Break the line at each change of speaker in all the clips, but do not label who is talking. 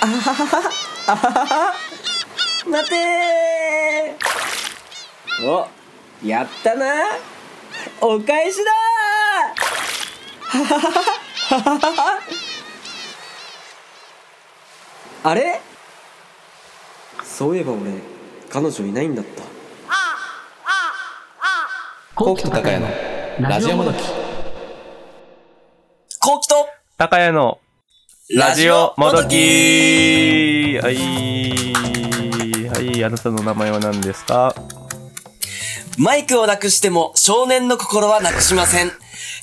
はははあははは待てーおやったなお返しだーははははははは あれそういえば俺彼女いないんだった
高木と高谷のラジオもどき。
こうきと
高谷のラジオもどきはい。はい、あなたの名前は何ですか
マイクをなくしても少年の心はなくしません。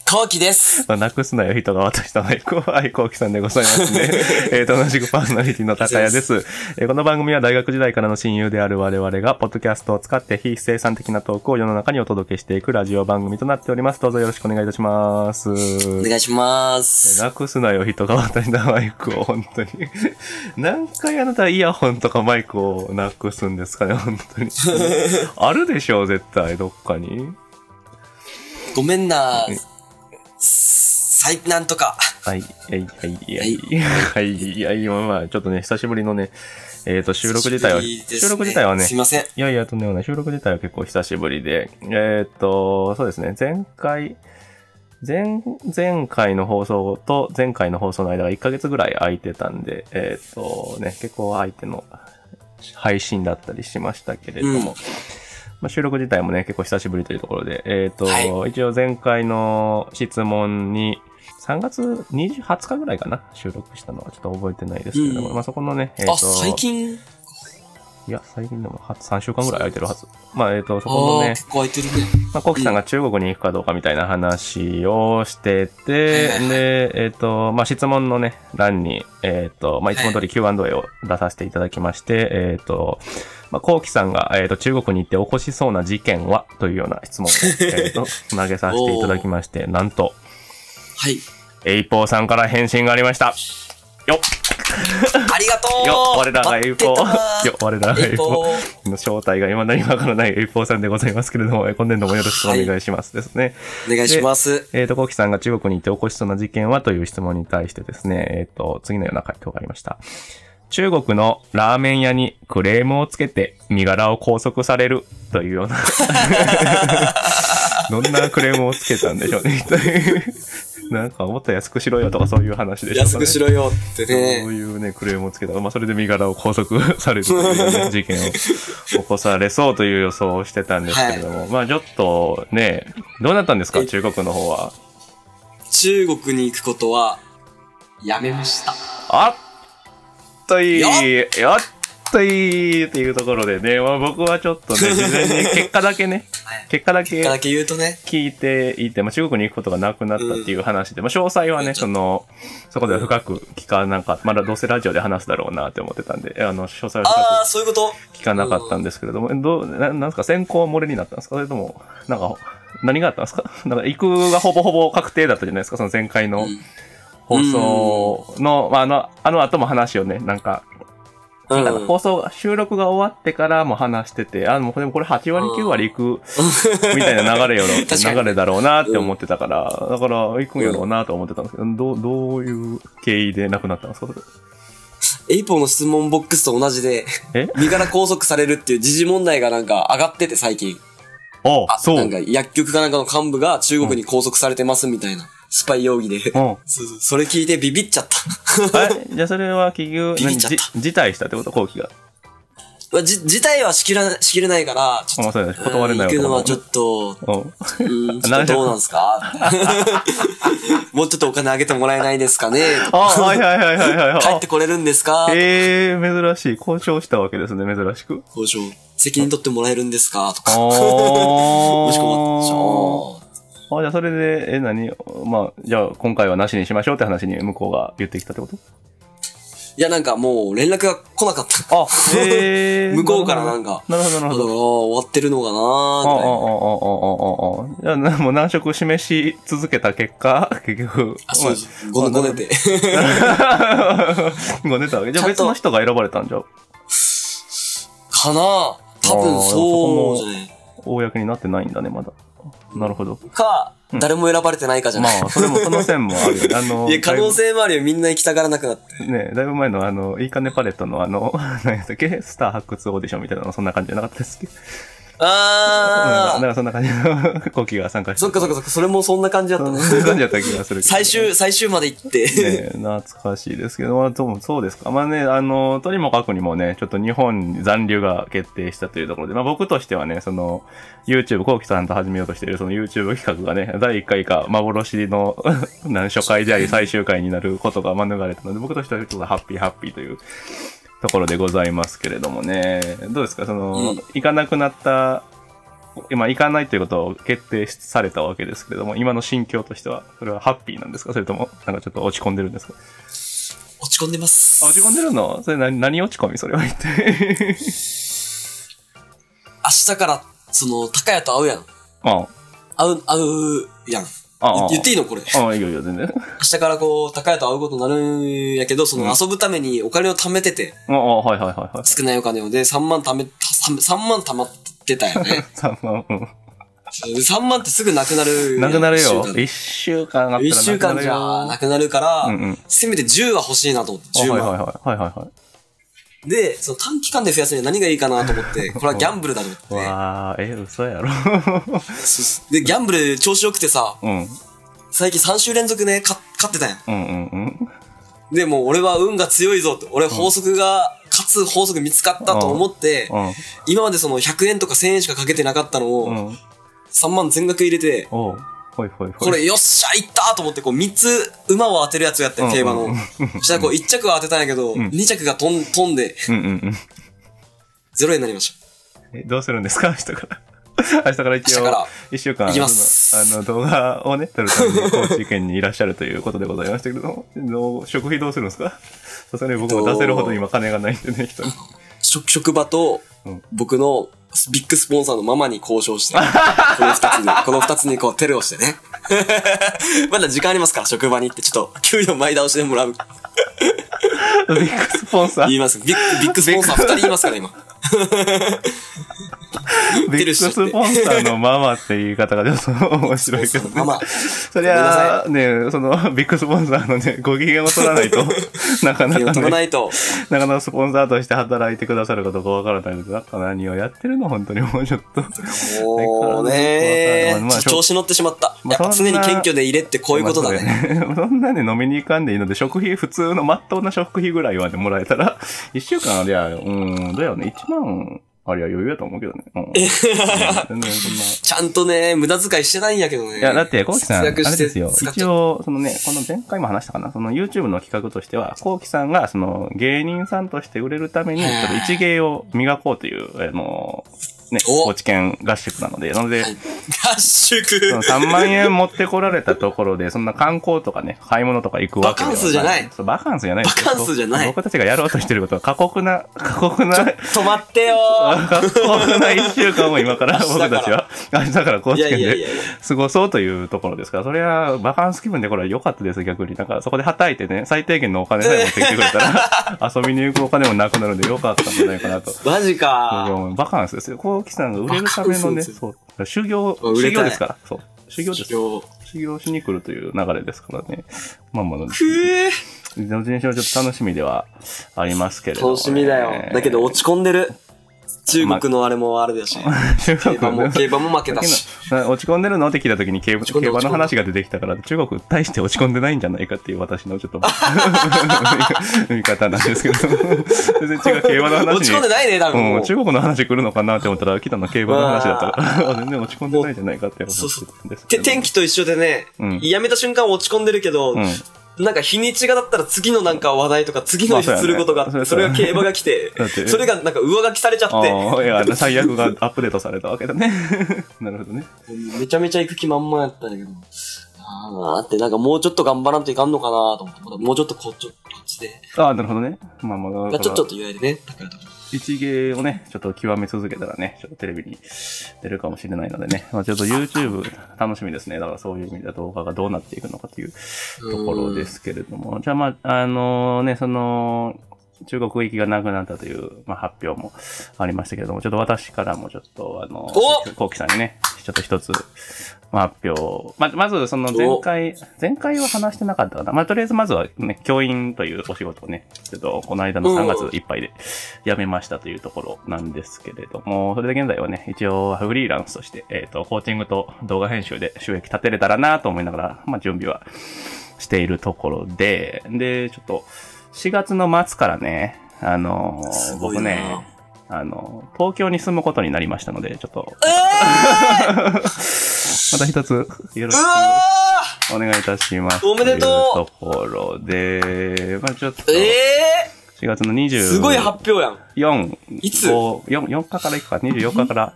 こうきです。
まあなくすなよ、人が渡したマイクを。 はい、こうきさんでございます ね。えっと、同じくパーソナリティの高谷です。えーこの番組は大学時代からの親友である我々が、ポッドキャストを使って非生産的なトークを世の中にお届けしていくラジオ番組となっております。どうぞよろしくお願いいたします。
お願いします。
なくすなよ、人が渡したマイクを、本当に。何回あなたイヤホンとかマイクをなくすんですかね、本当に。あるでしょう、絶対、どっかに。
ごめんな。最なんとか。
はい、はい、はい、はい、はい、はい、はい、まあまあ、ちょっとね、久しぶりのね、えっ、と、収録自体は、
久しぶりです
収録自体はね、
すいません。
いやいや、とんでもない。収録自体は結構久しぶりで。えーっと、そうですね。前回、前、前回の放送と前回の放送の間が1ヶ月ぐらい空いてたんで、えーっとね、結構相手の配信だったりしましたけれど
う
も、
ん
まあ、収録自体もね、結構久しぶりというところで、えーっと、
は
一応前回の質問に、3月20 20日ぐらいかな収録したのはちょっと覚えてないですけれども、
うん
まあそこのね、えーっと
あ、最近、
いや、最近でもは3週間ぐらい空いてるはず。まあ、えっ、と、そこ
あ
の
あ、
ね、
結構空いてるね。
まあ、コウキさんが中国に行くかどうかみたいな話をしてて、
はいはいはい
で、えっ、と、まあ、質問のね、欄に、えっ、と、まあ、いつも通り Q&A を出させていただきまして、えっ、と、まあ、コウキさんが、えっ、と、中国に行って起こしそうな事件はというような質問を、えっ、と、投げさせていただきまして、なんと、
はい。
エイポーさんから返信がありました。よっ
ありがとう
よっ我らがエイポーよっ我らがエイポー
ー。
の正体が未だにわからないエイポーさんでございますけれども、えー今年度もよろしくお願いしますですね。
お願いします。
えっ、と、コウキさんが中国に行って起こしそうな事件はという質問に対してですね、えっ、と、次のような回答がありました。中国のラーメン屋にクレームをつけて身柄を拘束されるというような。どんなクレームをつけたんでしょうね、一 体なんかもっと安くしろよとかそういう話でしょうかね。
安くしろよってね
そ。ういうね、クレームをつけたら、まあ、それで身柄を拘束 されるという、ね、事件を起こされそうという予想をしてたんですけれども、まあ、ちょっとね、どうなったんですか、
え
中国の方は。
中国に行くことは、やめました。
あっといい、
よ
やっといいっていうところでね、まあ、僕はちょっ とね、事前に結果だけね
はい、
結果だけ
だけ言うとね。
聞いていて、まあ、中国に行くことがなくなったっていう話で、まあ、詳細はね、その、そこでは深く聞かなんか、まだどうせラジオで話すだろうなって思ってたんで、あの、詳細は深く
ああ、そういうこと
聞かなかったんですけれども、えどう、ななんですか、先行漏れになったんですかそれとも、なんか、何があったんですか なんか、行くがほぼほぼ確定だったじゃないですか、その前回の
うん
放送の、まあ、あの、あの後も話をね、なんか、
うん
なんか放送、収録が終わってからも話してて、あ、もうでもこれ8割
うん
9割行く、みたいな流れ よろ、
確かに
流れだろうなって思ってたから、だから行くんやろうなと思ってたんですけど、どう、どういう経緯で亡くなったんですかそれ
エイポの質問ボックスと同じで、
え
身柄拘束されるっていう時事問題がなんか上がってて最近。
あ、
あ、
そ
な。
うん
か薬局かなんかの幹部が中国に拘束されてますみたいな。スパイ容疑で。
う
そ
ん。
うそうそれ聞いてビビっちゃった。
えじゃあそれは結局、
ビビ
何
っちゃっ
じ辞退したってこと後期が。
まあ、じ、事態は仕切ら、仕切れないから、ちょっ
まあ、そうだね
と、
断れない
うん行くのはちょ
っ
っと、
と。
うん、ちょ
な
っ
ん
と
で
どうなんすか もうちょっとお金あげてもらえないですかね
あ、はいはいはいはいはいは い。
帰ってこれるんですか
あえー、珍しい。交渉したわけですね、珍しく。
交渉。責任取ってもらえるんですかと
あ
か。 もしく
ー。
は、
あ、じゃあそれで、え、何まあ、じゃあ今回はなしにしましょうって話に向こうが言ってきたってこと
いや、なんかもう連絡が来なかった。
あ、 えー。
向こうからなんか
なるほど、な
だ
る
か
ほ
ら、
ど。
終わってるのかなー
ああ、ああ、ああ、ああ、あ
みたいな
あ。じゃあ、もう難色示し続けた結果、結局。
あ、そうそう。ごねごねて。
ごねたわけ。じゃ
ち
あ
ゃん
別
と
の人が選ばれたんじゃん。
かな多分そうじゃない。
公になってないんだね、まだ。なるほど。
か、
うん
誰も選ばれてないかじゃ
ま
ない。
あ、それも、その線もある よね。あの、
いや、可能性もあるよ。みんな行きたがらなくなって。
だいぶね、だいぶ前の、あの、いいかねパレットのあの、 何やったっけスター発掘オーディションみたいなの、そんな感じじゃなかったですっけど。
あー
うん、だからそんな感じの コキが参加して
そっかそっかそっか、それもそんな感じだった
そん
ね
な。感じだった気がするけど。
最終、最終まで行って。
ね、懐かしいですけど、まあ、そうそうですか。まあね、あの、とにもかくにもね、ちょっと日本残留が決定したというところで、まあ僕としてはね、その、YouTube、コウキさんと始めようとしているその YouTube 企画がね、第1回か幻の何初回であり最終回になることが免れたので、僕としてはちょっとハッピーハッピーというところでございますけれどもね、どうですか、その、
うん
行かなくなった、今行かないということを決定されたわけですけれども、今の心境としては、それはハッピーなんですかそれとも、なんかちょっと落ち込んでるんですか
落ち込んでます。
あ落ち込んでるのそれ何何落ち込みそれは 言って。
明日から、その、高谷と会うやん。
あ
会う、会うやん。
ああ。
言っていいのこれ。
ああ、いいよいいよ、全然。
明日からこう、高谷と会うことになるんやけど、その
うん
遊ぶためにお金を貯めてて、
ああ、はいはいはいはい。。
少ないお金を。で、3万貯め、た3万貯まってたよね
3万、 う
で3万ってすぐなくなるやん。
ん。なくなるよ。
1
1週間あったらなくなるよ。
週間じゃなくなるから、
うんうん。
せめて10は欲しいなと思って、
あはい
10
は
万。
いはい。はいはいは
で、その短期間で増やすには何がいいかなと思 って、これはギャンブルだと思
い。
って。
わあ、え、嘘 やろ。
そうそうで、ギャンブル調子良くてさ、
うん。
最近3週連続ね、か勝ってたやん。
うんうんうん。
で、もう俺は運が強いぞって、俺法則が、勝つ法則見つかったと思って、今までその100円とか1000円しかかけてなかったの
うん。
を、
うん。
3万全額入れて、
おう。ほいほいほい。
これよっしゃ、いったと思って、こう3つ馬を当てるやつをやって
うんん
競馬
う
の
ん。
そしたらこう1着は当てたんやけど、
ん
2着が飛ん飛んで、
うんうんうん。
0円になりまし
え、どうするんですか 明日から。明日から一
明日から
応、一週間、
行きます
あの、あの動画をね、撮るために高知県にいらっしゃるということでございましたけども、どう食費どうするんですかさすがに僕も出せるほど今金がないんで ね、人に。
た。職職場と
うん、
僕のビッグスポンサーのママに交渉して、この2つに、 この2つにこうテレをしてね。 まだ時間ありますから、職場に行って、ちょっと給料前倒しでもらう。
ビッグスポンサー
言い、ます。ビッグ、ビッグスポンサー2人いますから、今。
ビッグスポンサーのママっていう言い方がちょっと面白いけど、ね。
ママ。
そりゃあ、ね、その、ビッグスポンサーのね、ご機嫌を取らない と、なかな
手を
か
取ら
ね
ないと。
なかなかスポンサーとして働いてくださるかどうかわからないけど、なんか何をやってるの本当にもうちょっと。
もうね
まあ
ちょ調子乗ってしまった。
まあ
やっぱ
そん
常
な
に謙虚でいれってこういうことだね。
まあ。 そんなね、飲みに行かんでいいので、食費、普通のまっとうな食費ぐらいはね、もらえたら、1週間ありゃ、うん、だよね、1万ありゃ余裕やと思うけどね。 うん。全然そんな。
ちゃんとね、無駄遣いしてないんやけどね。
いや、だって、コウキさん、あれ
節約して
ですよ。
使っち
一
ゃっ
応、そのね、この前回も話したかな、その YouTube の企画としては、コウキさんが、その、芸人さんとして売れるために、ちょっと一芸を磨こうという、あの、ね、
お
高知県合宿なので、なの で、
た合宿
その3万円持ってこられたところで、そんな観光とかね、買い物とか行くわけでは
バカンスじゃない
そう、バカンスじゃないですよ。
バカンスじゃない
僕僕たちがやろうとしてることは過酷な、過酷な、
止まってよ ー
過酷な一週間を今から
明日
僕
から
たちは、明日から高
い
知
や
県
いやい
で
やいや。
過ごそうというところですから、それはバカンス気分でこれは良かったです、逆に。だからそこで叩いてね、最低限のお金さえ持ってきてくれた ら、遊びに行くお金もなくなるんで良かったんじゃないかなと。
マジか
バカンスですよ。コウキさんが売れるための
バカン
ね、
スです
そう、修行、
あ売
修
れたい
行ですから、そう。修行です
ー。今日。
修行しに来るという流れですからね。まあまあ、どっ
くー
ちにしろちょっと楽しみではありますけれども、
楽しみだよ。だけ ど、落ち込んでる。中国のあれもあれだし。競
中国
馬も、
の
競馬も負けたし。
な落ち込んでるのって聞いたときに競馬
ち込ん
競
だ
馬の話が出てきたから、中国大して落ち込んでないんじゃないかっていう私のち ょっと見見方なんですけど、全然違う 競馬の話に。
落ち込んでないね、多分
う
も
ん、
う。
中国の話来るのかなって思ったら、来たの競馬の話だったから、 全然落ち込んでないじゃないかって思ってたんです
て
けど。
天気と一緒でね、
うん
やめた瞬間落ち込んでるけど、
うん
なんか日にちがだったら次のなんか話題とか次の日
まあそ
す
うやね
ることがあって、
それ
それが競馬が来て
だって、
それがなんか上書きされちゃ
あ
っ
あ、いや、最悪がアップデートされたわけだね。 なるほどね。
て、めちゃめちゃ行く気満々やったんだけど、ああってなんかもうちょっと頑張らんといかんのかなと思って、まだもうちょっとこっちこっちで、
ああ、なるほどね。まあまあ、だ
まあ
か
ちょ
ら
っとと言われてね、だから
一芸をね、ちょっと極め続けたらね、ちょっとテレビに出るかもしれないのでね、まあちょっと YouTube 楽しみですね。だからそういう意味では動画がどうなっていくのかというところですけれども、じゃあまあ、あのね、その、中国行きがなくなったという、まあ、発表もありましたけれども、ちょっと私からもちょっと、あの、
お
コウキさんにね、ちょっと一つ、まあ、発表をま、まず、その前回、前回は話してなかったかな。まあ、とりあえずまずはね、教員というお仕事をね、ちょっとこの間の3月いっぱいで辞めましたというところなんですけれども、それで現在はね、一応フリーランスとして、えっ、と、コーチングと動画編集で収益立てれたらなと思いながら、まあ、準備はしているところで、で、ちょっと、4月の末からね、あのー
すごい
僕
な
ね、あのー東京に住むことになりましたので、ちょっと、また一つ、よろし
う
く
わ
お願いいたします。
おめでとう
というところで、まあちょっと、
ーえ
4
え
月の24
ー、すごい発表やん。
4、
いつ
?4、4日から行くか、24日から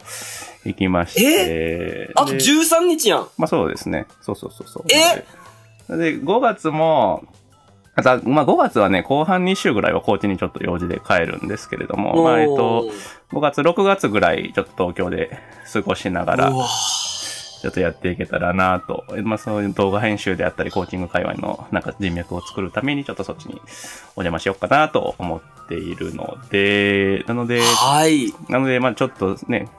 行きまして、
あと
で
13日やん。
まあそうですね。そうそうそうそう。
え
で、5月も、あとまあ5月はね、後半2週ぐらいは高知にちょっと用事で帰るんですけれども、まあえっと、5月、6月ぐらいちょっと東京で過ごしながら
う、わ
ちょっとやっていけたらなと。まあそういう動画編集であったり、コーチング界隈のなんか人脈を作るために、ちょっとそっちにお邪魔しようかなと思っているので、なので、
はい。。
なので、まあちょっとね、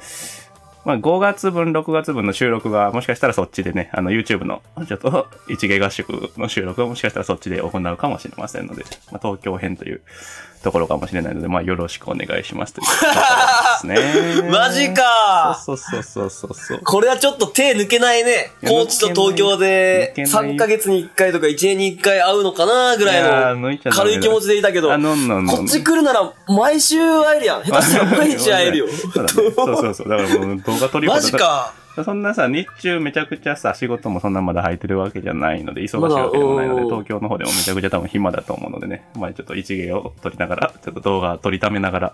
まあ5月分、6月分の収録が、もしかしたらそっちでね、あの YouTube の、ちょっと一芸合宿の収録をもしかしたらそっちで行うかもしれませんので、まあ東京編というところかもしれないので、まあよろしくお願いしますというところですね
マジか
そうそうそうそうそう。
これはちょっと手抜けないね。
いや
高知と東京で
抜けない
3ヶ月に1回とか1年に1回会うのかなぐ
い
ら
や
い
ー
の
抜いちゃダメ
軽
だ
い気持ちでいたけど、
あ、のんのんのん。
こっち来るなら毎週会えるやん。下手したら毎日会えるよ
そうだねそうそうそう。だからもう動画撮り
マジか
そんなさ、日中めちゃくちゃさ、仕事もそんなまだ入ってるわけじゃないので、忙しいわけでもないので、
まだうん
東京の方でもめちゃくちゃ多分暇だと思うのでね、まあちょっと一芸を撮りながら、ちょっと動画撮りためながら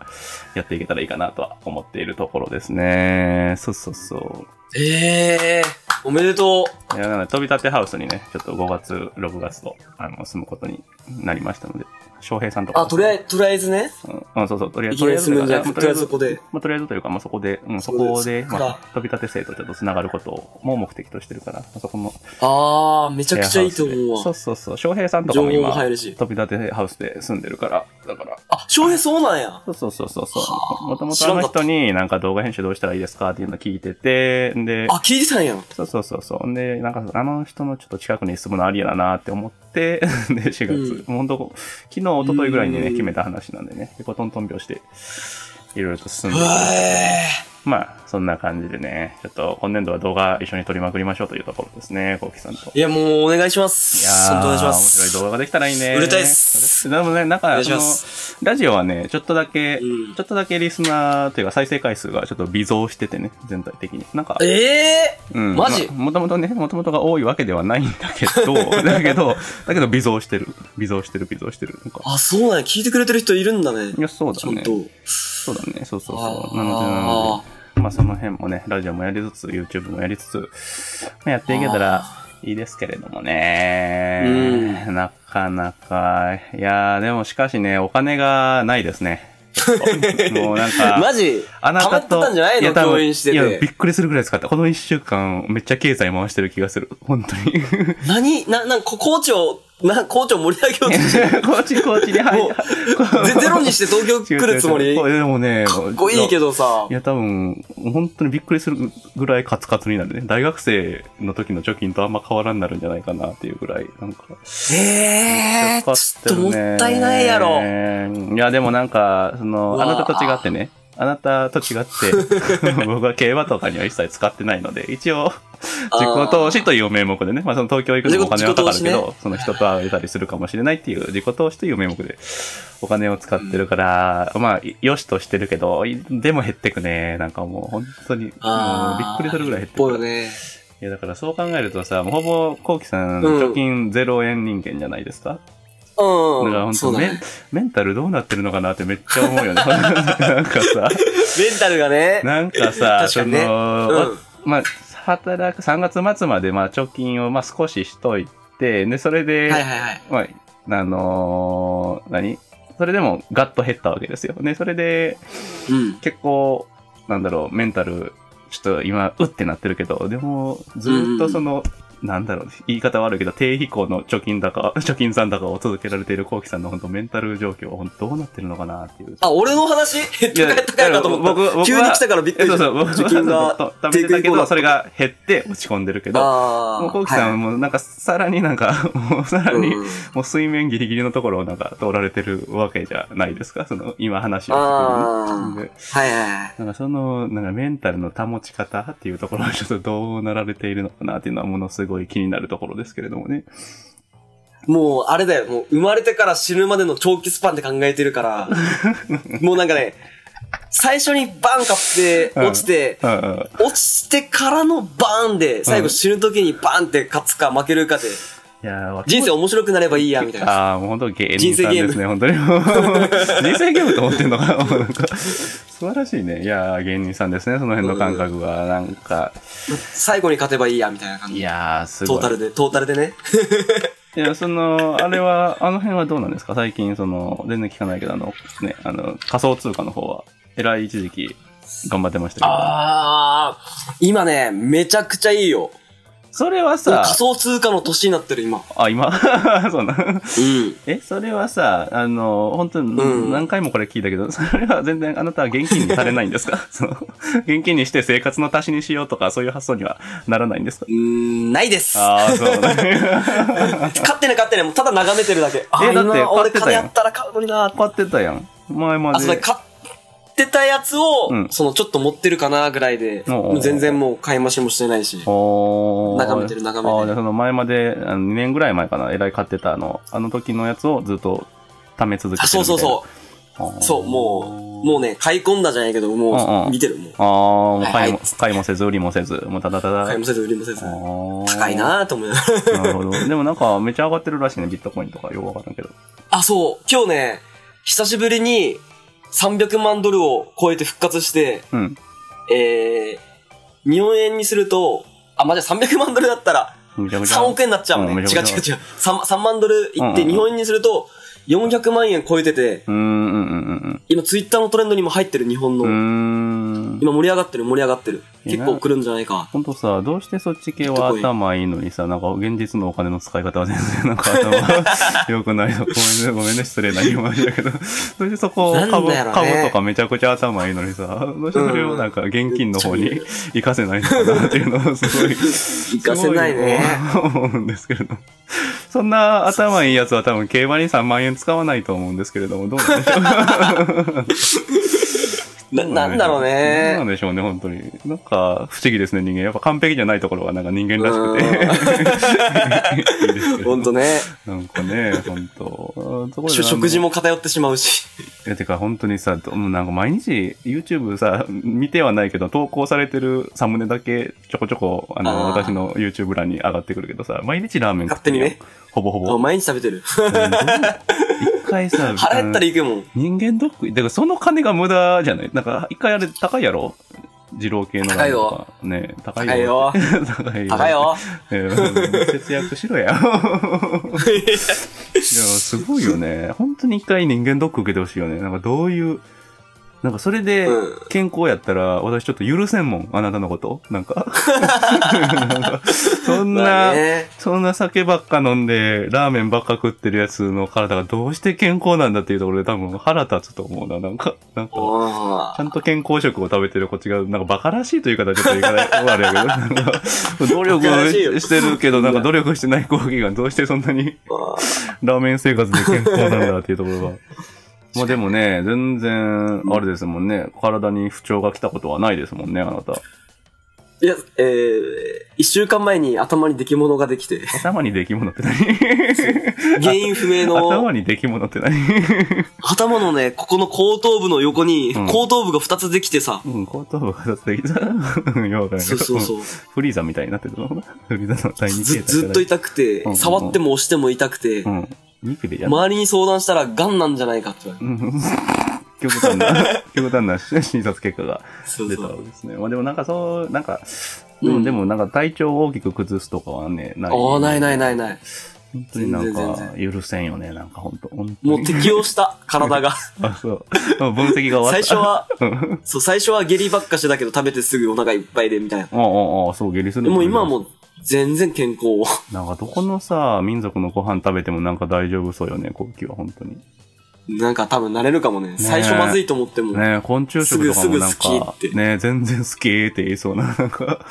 やっていけたらいいかなとは思っているところですね。そうそうそう。
ええおめでとう。
いや、なので、飛び立てハウスにね、ちょっと5月、6月と、あの、住むことになりましたので、翔平さんとかも。
あ、とりあえず、とりあえずね。
うんうん、そうそう、とりあえ
い
ず、
き
と
な
りあ
り
えずと
住
い
むん
う
じゃな
か、
く
まあ
て、
と
とりあ
りあえ
え
ず
ずそこで。
まあ、とりあえずというか、まあ、そこで、うん、そ
そうです
こで、まあ
か、
飛び立て生徒とちょっと繋がることをも目的としてるから、まあそこの
あー、めちゃ
ヘア
く
ハウス
ち
で。
ゃいいと思う
そ
わ
う。そうそう。翔平さんとかも
情報
今、
も
飛
入
び
るし
立てハウスで住んでるから、だから、
あ、翔平そうなんや。
そうそうそうそう
は
そう。もとも
知
とあ
らん
の
かった
人になんか動画編集どうしたらいいですかっていうの聞いてて、で、
あ、聞いてたんや。
そうそうそうそう。んで、なんか、あの人のちょっと近くに住むのありやだなって思って、 で、4月、
うん
ほんと、昨日、一昨日ぐらいにね、
うん
決めた話なんでね、結構トントン拍子で、いろいろと進ん
う
でる
え
まあ、そんな感じでね、ちょっと今年度は動画一緒に撮りまくりましょうというところですね、コウキさんと。
いや、もうお願いします。
ー
本当お願いしま
面
す。
白い動画ができたらいいね。
売れたいっす
でもね、なん
お願
か、
いし
その
ま、
ラジオはね、ちょっとだけ、
うん
ちょっとだけリスナーというか再生回数がちょっと微増しててね、全体的に。なんか、
ええ
うん、
マジ
まあもともとね、もともとが多いわけではないんだけど、 だけど、だけど微増してる。微増してる、微増してる。なんか。
あ、そうなんや。聞いてくれてる人いるんだね
い。や、そう
ち
だ
ゃん
ね。
と。
そうだね。そうそう
あ
そう。
ー
なので、なので、まあその辺もね、ラジオもやりつつ、YouTube もやりつつ、まあやっていけたらいいですけれどもね。なかなか、いやー、でもしかしね、お金がないですね。ちょっともうなんか、
マジ
あな
溜ま
た
って
と、
たんじゃない
いや
の
多分
共演して
いや、び
て。
っくりするぐらい使った。この一週間、めっちゃ経済回してる気がする。本 当に。
何な、な、こ校長、な、校長盛り上げようとして。
コーチ、コーチに入
もう、ゼゼロにして東京来るつもり
こ
か
れでもね、か
っこいいけ。どさ
い。や、多分、本当にびっくりするぐらいカツカツになるね。大学生の時の貯金とあんま変わらんなるんじゃないかなっていうぐらい、なんか。
ええちょっともったいないやろ。
ろ。いや、でもなんか、その、
う
あ
わ
な
ー
たと違ってね、あなたと 違って、僕は競馬とかには一切使ってないので、一応、自己投資という名目でね、まあその東京行くのもお金はかかるけ
自己
ど、
投
その人と会えたりするかもしれないっていう自己投資という名目でお金を使ってるから、まあ、よしとしてるけど、いでも減ってくね。なんかもう本当に、もうびっ
あー
くりするぐらい減って
ぽい
く
よ。ね。
いやだからそう考えるとさ、もうほぼコウキさん、
うん
貯金0円人間じゃないですか、だか
う
ら本
ん。そ
当
うだ
メン、
ね。
メンタルどうなってるのかなってめっちゃ思 うよね。なんかさ、
メンタルがね。
なんかさ、
確かにね
その、
うん
まあ、働く、3月末まで、まあ、貯金を、まあ、少ししといて、で、それで、
はいはいはい。
まあ、あのー何それでも、ガッと減ったわけですよ。ね、それで、
うん。
結構、なんだろう、メンタル、ちょっと今、うってなってるけど、でも、ずっとその、なんだろう、言い方悪いけど、低飛行の貯金高、 貯金残高を続けられているコウキさんの本当メンタル状況、本当どうなってるのかなっていう。
あ、俺の話
い
高い高いなと思った。急に来たからびっくりし
えそう
た。
そう、僕は
貯金が
と貯めてたけ
低空飛行だ
ど、それが減って落ち込んでるけど、
あー
もうコウキさんはもうなんか、さらになんか、 もうさらに、
うん
もう水面ギリギリのところをなんか通られてるわけじゃないですか、その、今話を聞
あ
くに。で
ーはいはいはい。
なんかその、なんかメンタルの保ち方っていうところはちょっとどうなられているのかなっていうのはものすごい気になるところですけれどもね。
もう、あれだよ。もう、生まれてから死ぬまでの長期スパンで考えてる から、もうなんかね、最初にバン買って、
うん
落ちて、
うんうん。
落ちてからのバーンで、最後死ぬ時にバーンって勝つか負けるかで、
いやーわ
人生面白くなればいいや、みたいな。
ああ、もう本当芸人さんですね、本当に。人生ゲームと思ってんのかなもうなんか素晴らしいね。いやー芸人さんですね、その辺の感覚が。なんか、
最後に勝てばいいや、みたいな感
い
じ。
やー、す
ト
ご
ータ
い。
ルで、トータルでね。
いや、その、あれは、あの辺はどうなんですか最近、その、全然聞かないけど、あの、ね、あの、仮想通貨の方は、えらい一時期、頑張ってましたけど。
ああ、今ね、めちゃくちゃいいよ。
それは
もう
さ
仮、想通貨の年になってる、今。
あ、今 そうなん。
うん。
え、それはさ、あの、本当に
うん
何回もこれ聞いたけど、それは全然あなたは現金にされないんです かその、現金にして生活の足しにしようとか、そういう発想にはならないんですか
うーん、ないです。
ああ、そうね。
勝ってね、勝ってね、もうただ眺めてるだけ。あー
えだって
今
買
俺
ってた
金
やん
あったら買うのにな
買ってたやん。前ま
あ、そうだ、
で。
買ってたやつを、
うん
そのちょっと持ってるかなぐらいで、
おうおうおう
もう全然もう買い増しもしてないし。
おー
眺めてる眺めてる
あーじゃあその前まで、あの2年ぐらい前かな、えらい買ってたあの、あの時のやつをずっと貯め続けてる。
あ、そうそうそうう。そう、もう、もうね、買い込んだじゃないけど、
うん
も
う
う、
ん
見てる、もう。
ああ、もう
は
買
いは
いも
い、
買いもせず、売りもせず、もうただただ。
買いもせず、売りもせず。
高
高い。なと思いながら。
なるほど。でもなんか、めちゃ上がってるらしいね、ビットコインとか。よくわからんけど。
あ、そう。今日ね、久しぶりに300万ドルを超えて復活して、
うん。
えー、日本円にすると、あ、まあ、じゃあ300万ドルだったら、
めちゃめちゃ。
3億円になっちゃうもん
うん
ね。
め
違う
ち
違
ゃ
う
めちゃ
違う。3, 3万ドルいっ
う
て、
んうん
日本円にすると、400万円超えてて、
うーん、うん、うん、
今ツイッターのトレンドにも入ってる日本
う
の。
ん。うーん。
今盛り上がってる盛り上がってる。
いい
結
な
構来るんじゃないか。
ほんとさ、どうしてそっち系
ビット
は
コイン
頭いいのにさ、なんか現実のお金の使い方は全然 なんか頭良くないの。ごめんね、ごめんね、失礼な言い回しだけど。どうしてそこ、
なんだ
株、
よね
株とかめちゃくちゃ頭いいのにさ、どうしてそれをなんか現金の方に活かせないのかなっていうのをすごい。
行かせないね。
すごい思うんですけれども。 そんな頭いいやつは多分競馬に3万円使わないと思うんですけれども、どうなんでしょう
な、 なんだろう
どうな
ね
ん。でしょうね、本当に。なんか、不思議ですね、人間。やっぱ完璧じゃないところがなんか人間らしくて。いいですけ
ほ
ど
んと ね。
なんかね、本当。ところで
し食事。も偏ってしまうし。
いや、てか本当にさ、どもうなんか毎日 YouTube さ、見てはないけど、投稿されてるサムネだけちょこちょこ、あの、
あー
私の YouTube 欄に上がってくるけどさ、毎日ラーメン食ってるよ
勝手
ほぼほぼ
あ。毎日食べてる。
一回さ、
腹減ったら行くもん。
人間ドック、だからその金が無駄じゃないなんか、一回あれ高いやろ二郎系のラーメンとか。ね高
高い
いよ。
よ。
高いよ。
高いよ。
えー。節約し ろや。いや、すごいよね。本当に一回人間ドック受けてほしいよね。なんかどういう、なんかそれで
うん
健康やったら、私ちょっと許せんもん。あなたのこと。な んか。なんかそん
ま
な
あ、ね
そんな酒ばっか飲んで、ラーメンばっか食ってるやつの体がどうして健康なんだっていうところで多分腹立つと思うな。なんか、なんか、
あ
ちゃんと健康食を食べてるこっちが、なんかバカらしいという言い方はちょっと言い方悪いけど、なんか、努力
バカらしいよ
してるけど、なんか努力してないコーヒーがどうしてそんなにラーメン生活で健康なんだっていうところが。 まあでもね、全然、あれですもんね、体に不調が来たことはないですもんね、あなた。
ーいや、えー、一週間前に頭に出来物ができ て、
頭に出来物って何
原因不明の、
頭に出来物って何
頭のね、ここの後頭部の横に、
うん
後頭部が二つできてさ、
うん、後頭部が立ってきた。うんよくわからん
そ
けど
うそうそう。
フリーザみたいになってるのかなフリーザの第二形
ず
態
ずっと痛くて
うんうん、
触っても押しても痛くて
う、ん。ニキビやっ
周りに相談したら癌なんじゃないかって言われ
うん。極 端な、極端な診察結果が
た。そう
出た
そ
わ
う。
けですね。まあでもなんかそう、なんか、
う
で
ん
も、でもなんか体調を大きく崩すとかはね、ない。
ああ、ないないないない。
本当になん
全
か許せんよね、なんか本当本当
もう
に。
適応した、体 が。
あ、そう。まあ分析が終わった。
最初は、
うん。
そう、最初は下痢ばっかしてたけど食べてすぐお腹いっぱいでみたいな。
ああ、ああ、そう、下痢する
でもう今はもう全然健康を。
なんかどこのさ、民族のご飯食べてもなんか大丈夫そうよね、後期は本当に。
なんか多分慣れるかもね。最初まずいと思っても。
ねえ昆虫食とかもなん
すぐすぐ好
か
きっ、て
ねえ全然好きって言いそうな、なん か、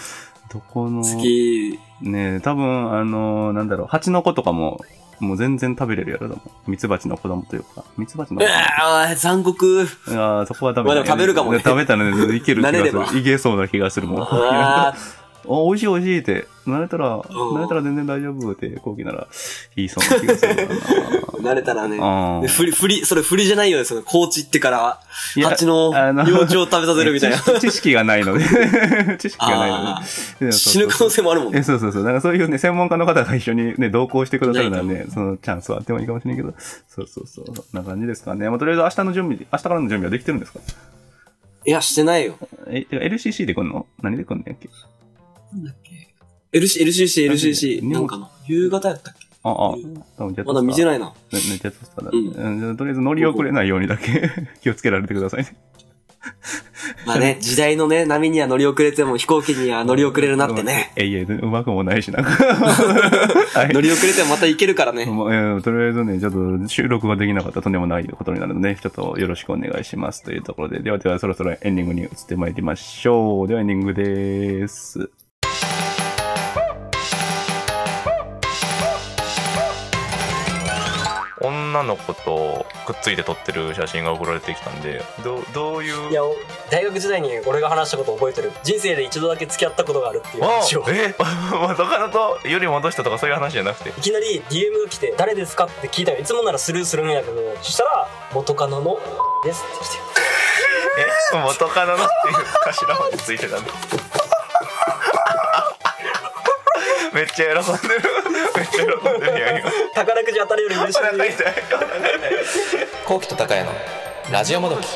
どこの、
好き。
ねえ多分、あの、なんだろう、蜂の子とかも、もう全然食べれるやろだもん。蜜蜂の子供というか、蜜蜂の
う
子
わあ残酷。
ああ、そこは食べ
まあでも食べるかもね
食べたらね、いける気が
慣れれば
する。いけそうな気がするもん。
うわー
お、美味しい美味しいって、慣れたら、
ん
慣れたら全然大丈夫って、後期なら、言いそうな気がするから
慣れたらね。
な。うん
で振り、振り、それ振りじゃないよね。その、高知行ってから、
いや
蜂の
あの
幼虫を食べさせるみ たいな。
知知識がないので。 知識がないの
あ
でで。
死ぬ可能性もあるもんね
え。そうそうそう。なんかそういうね、専門家の方が一緒にね、同行してくださるならね、そのチャンスはあってもいいかもしれないけど、そうそうそう。そんな感じですかね。まあ、とりあえず明日の準備、明日からの準備はできてるんですか
いや、してないよ。
え、てか LCC で来んの何で来んのやっけ
LC、LCC、LCC、
何
なんかの、夕方やったっけ
あ、あ、多分ジェットスター
まだ見てないな。
ね、ねジェットスターだ。
う
うんじゃあとりあえず乗り遅れないようにだけ 気をつけられてくださいね。
まあね、時代のね、波には乗り遅れても飛行機には乗り遅れるなってね。
えいえ、うまくもないし なんか。 はい
乗り遅れてもまた行けるからね。
まあえーとりあえずね、ちょっと収録ができなかったらとんでもないことになるので、ちょっとよろしくお願いしますというところで、ではではそろそろエンディングに移ってまいりましょう。ではエンディングです。女の子とくっついて撮ってる写真が送られてきたんで、どどういう
いや大学時代に俺が話したこと覚えてる人生で一度だけ付き合ったことがあるっていう話を
え 元カノとより戻したとかそういう話じゃなくて。
いきなり DM が来て「誰ですか?」って聞いたのいつもならスルーするんやけどそしたら「元カノのです」って来て
え元カノのっていう頭までついてたんだ めっちゃ喜んでるめっちゃ喜んでるやん今
宝くじ当たるより嬉しい
お腹痛い
後期と高谷のラジオもどき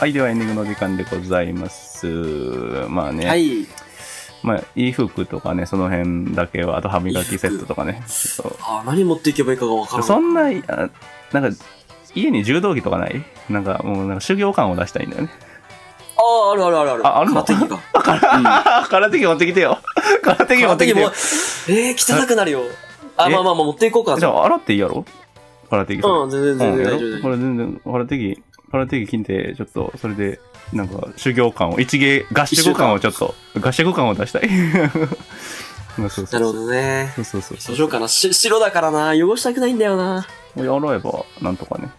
はいではエンディングの時間でございますまあね、
はい。
まあ衣服とかねその辺だけはあと歯磨きセットとかねそう
あー、何持っていけばいいかがわからん。
そんなあなんか家に柔道着とかないなんかもうなんか修行感を出したいんだよ ね
あー、あるあるあるある。
ああるの
空手着 が。
あ空手着持ってきてよ 空手着持
空
って
手着
きて
も、え
よ
ー、汚くなるよ。あ、
え
まあまあまあ、持っていこうか。
じゃあ洗っていいやろ空手着それ
うん、全然全然大丈夫大丈
これ全然、腹手着、腹手着切って、ちょっと、それで、なんか、修行感を、一芸、合宿感をちょっと、合宿感を出したい。 そうそう
夫。なるほどね。
そうそうそう
そうしようかな。し白だからな。汚したくないんだよな。
そう。洗えば、なんとかね。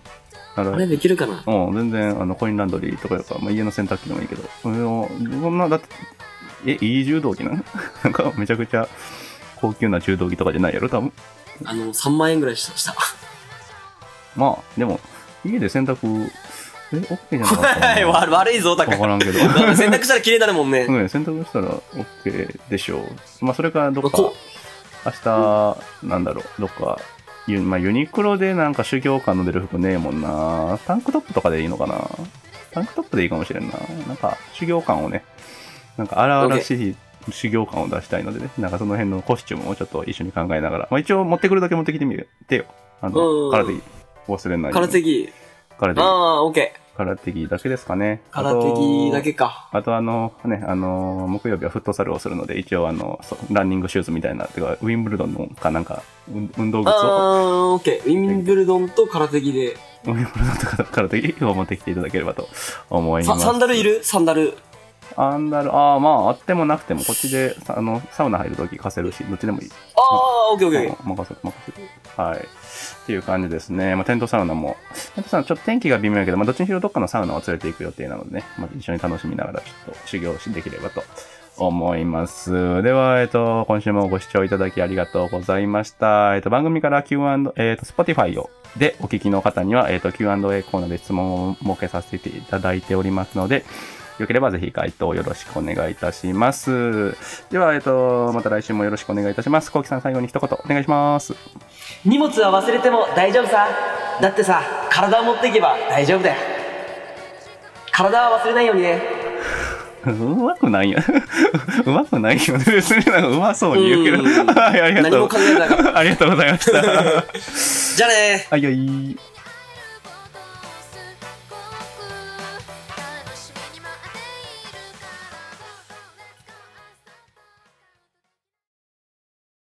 洗
あ
え
れできるかな。
うん、全然、あの、コインランドリーとかよりか、まあ、家の洗濯機でもいいけど、うんそんな、だって、え、いい柔道着なの なんか、めちゃくちゃ、高級な柔道着とかじゃないやろ、多分。
あの、3万円ぐらいした。した
まあ、でも、家で洗濯、え、OK じゃなか ったか
はい、
な
わ悪いぞ、高
わ
い。
からんけど。
なんか洗濯したら綺麗になるもんね。
うん、洗濯したら OK でしょう。まあ、それからどっか、
こ
明日、なんだろう、どっか、ユまあ、ユニクロでなんか修行感の出る服ねえもんな。タンクトップとかでいいのかな。タンクトップでいいかもしれんな。なんか、修行感をね、なんか荒々しい修行感を出したいのでね、なんかその辺のコスチュームをちょっと一緒に考えながら、まあ、一応持ってくるだけ持ってきてみる。てよ。あ
うんうんう
の、
ん
空手着。忘れないよう
空
に。
手着。
空手着。
ああー、オッケー。
空手着だけですかね。あ
空
と
手着だけか。
あとあの、ね、あの、木曜日はフットサルをするので、一応あの、そランニングシューズみたいな、てか、ウィンブルドンのかなんか、運運動靴
あ
を、
あ、オッケー。ウィンブルドンと空手着で。
ウィンブルドンとかから的を持ってきていただければと思いま
さ
す。
サンダルいるサンダル。
サンダル、ああ、まあ、あってもなくても、こっちで、さあの、サウナ入るとき貸せるし、どっちでもいい。
ああ、オッケーオッケーオッケー。
うん任せる、任せる。はい。っていう感じですね。まあ、テントサウナも、テントサウナ、ちょっと天気が微妙やけど、まあ、どっちにしろどっかのサウナを連れて行く予定なのでね、まあ、一緒に楽しみながら、ちょっと修行しできればと思います。では、えっと、今週もご視聴いただきありがとうございました。えっと、番組から Q&A、えっと、Spotify を、で、お聞きの方には、えっと、Q&A コーナーで質問を設けさせていただいておりますので、よければぜひ回答よろしくお願いいたします。では、えっと、また来週もよろしくお願いいたします。こうきさん最後に一言お願いします。
荷物は忘れても大丈夫さだってさ体を持っていけば大丈夫だよ体は忘れないようにね
うまくないや。 うまくないよね。別になんかうまそうに言うけど。
うん
はい、ありが
何
と
も
う
考。えなかっ
ありがとうございました。
た。じゃあねー。
はい、よい。